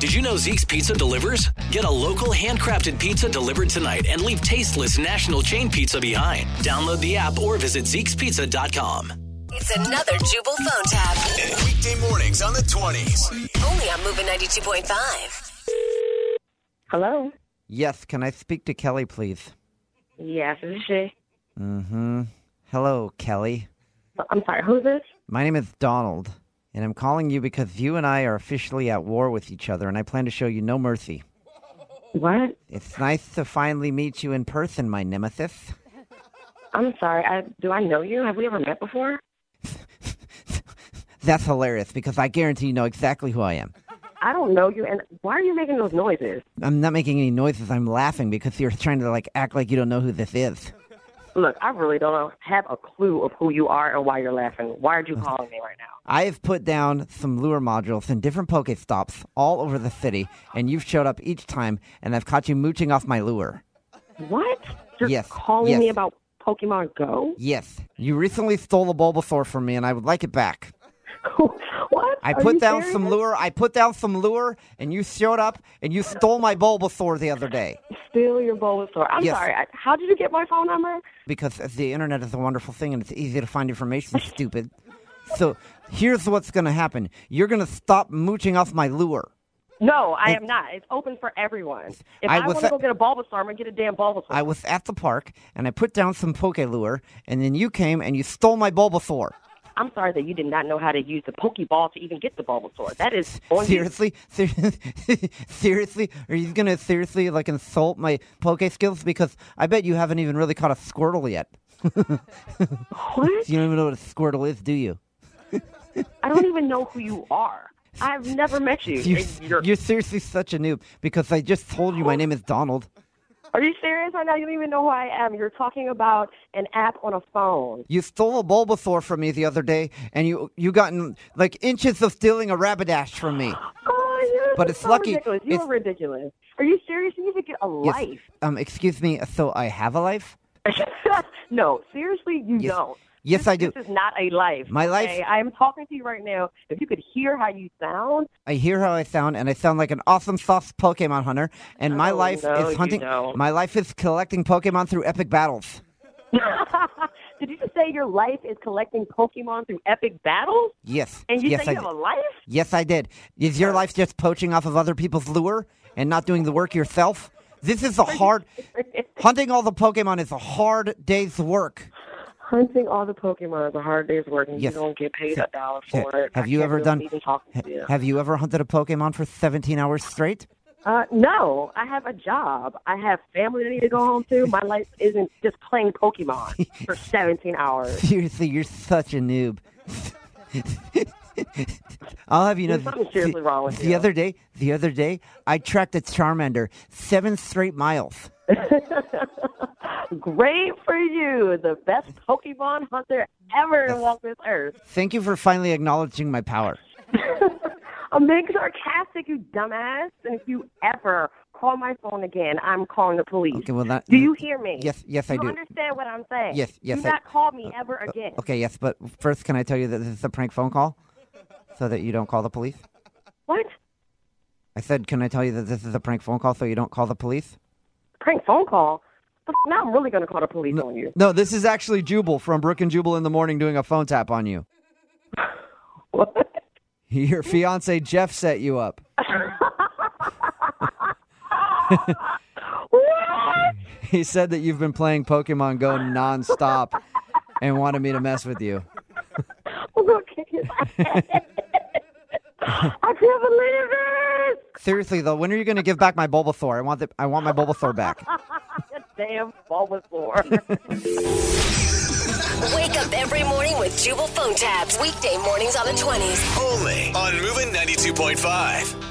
Did you know Zeke's Pizza delivers? Get a local handcrafted pizza delivered tonight and leave tasteless national chain pizza behind. Download the app or visit Zeke'sPizza.com. It's another Jubal phone tab. Weekday mornings on the 20s. Only on Moving 92.5. Hello. Yes, can I speak to Kelly, please? Yes, this is she. Mm-hmm. Hello, Kelly. I'm sorry. Who's this? My name is Donald, and I'm calling you because you and I are officially at war with each other, and I plan to show you no mercy. What? It's nice to finally meet you in person, my nemesis. I'm sorry. I, do I know you? Have we ever met before? That's hilarious because I guarantee you know exactly who I am. I don't know you. And why are you making those noises? I'm not making any noises. I'm laughing because you're trying to like act like you don't know who this is. Look, I really don't have a clue of who you are and why you're laughing. Why are you calling me right now? I have put down some lure modules in different Pokestops all over the city, and you've showed up each time, and I've caught you mooching off my lure. What? You're Yes, calling yes. me about Pokemon Go? Yes, you recently stole a Bulbasaur from me, and I would like it back. what? I Are put you down serious? some lure. I put down some lure, and you showed up, and you stole my Bulbasaur the other day. Steal your Bulbasaur. I'm Yes. sorry. I, how did you get my phone number? because the internet is a wonderful thing and it's easy to find information, stupid. So here's what's going to happen you're going to stop mooching off my lure. No, I am not. It's open for everyone. If I I, was want a- to go get a Bulbasaur, I'm going to get a damn Bulbasaur. I was at the park and I put down some poke lure, and then you came and you stole my Bulbasaur. I'm sorry that you did not know how to use the Pokeball to even get the Bulbasaur. That is on you. Seriously, Ser- seriously, are you gonna seriously like insult my poke skills? Because I bet you haven't even really caught a Squirtle yet. What? You don't even know what a Squirtle is, do you? I don't even know who you are. I've never met you. You're, And you're- you're seriously such a noob because I just told you my name is Donald. are you serious right now? You don't even know who I am. You're talking about an app on a phone. You stole a Bulbasaur from me the other day, and you you gotten like inches of stealing a Rapidash from me. Oh, you're But it's so lucky- Ridiculous. You it's- are ridiculous. Are you serious? You need to get a Yes. life. Um, excuse me. So I have a life. no, seriously, you Yes. don't. Yes, This- I do. This is not a life. My life- okay? I'm talking to you right now. If you could hear how you sound, I hear how I sound, and I sound like an awesome sauce Pokemon hunter. And my Oh, life no, is you hunting. don't. My life is collecting Pokemon through epic battles. did you just say your life is collecting Pokemon through epic battles? Yes. And you yes, say I you have did. a life? Yes, I did. Is your life just poaching off of other people's lure and not doing the work yourself? This is a hard. hunting all the Pokemon is a hard day's work. Hunting all the Pokemon is a hard day's work, and Yes. you don't get paid Yeah. a dollar Yeah. for it. Have I you can't ever really done- Even talk to you. Have you ever hunted a Pokemon for 17 hours straight? Uh, no, I have a job. I have family that I need to go home to. My life isn't just playing Pokemon for 17 hours. Seriously, you're such a noob. I'll have you know. There's something seriously the, wrong with the you. other day, the other day, I tracked a Charmander seven straight miles. Great for you, the best Pokemon hunter ever to walk this earth. Thank you for finally acknowledging my power. I'm being sarcastic, you dumbass. And if you ever call my phone again, I'm calling the police. Okay, well, that, do you hear me? Yes, yes, I You do. understand what I'm saying? Yes, yes, Do I- Uh, not call me ever again. Okay, yes, but first, can I tell you that this is a prank phone call, so that you don't call the police? What? I said, can I tell you that this is a prank phone call, so you don't call the police? Prank phone call? The f- Now I'm really going to call the police on you. No, this is actually Jubal from Brook and Jubal in the morning doing a phone tap on you. What? Your fiance Jeff set you up. What? He said that you've been playing Pokemon Go nonstop and wanted me to mess with you. I'm going to kick his ass. I can't believe it. Seriously though, when are you going to give back my Bulbasaur? I want the I want my Bulbasaur back. That Damn Bulbasaur. Wake up every morning with Jubal phone tabs. Weekday mornings on the 20s. Only on Moving 92.5.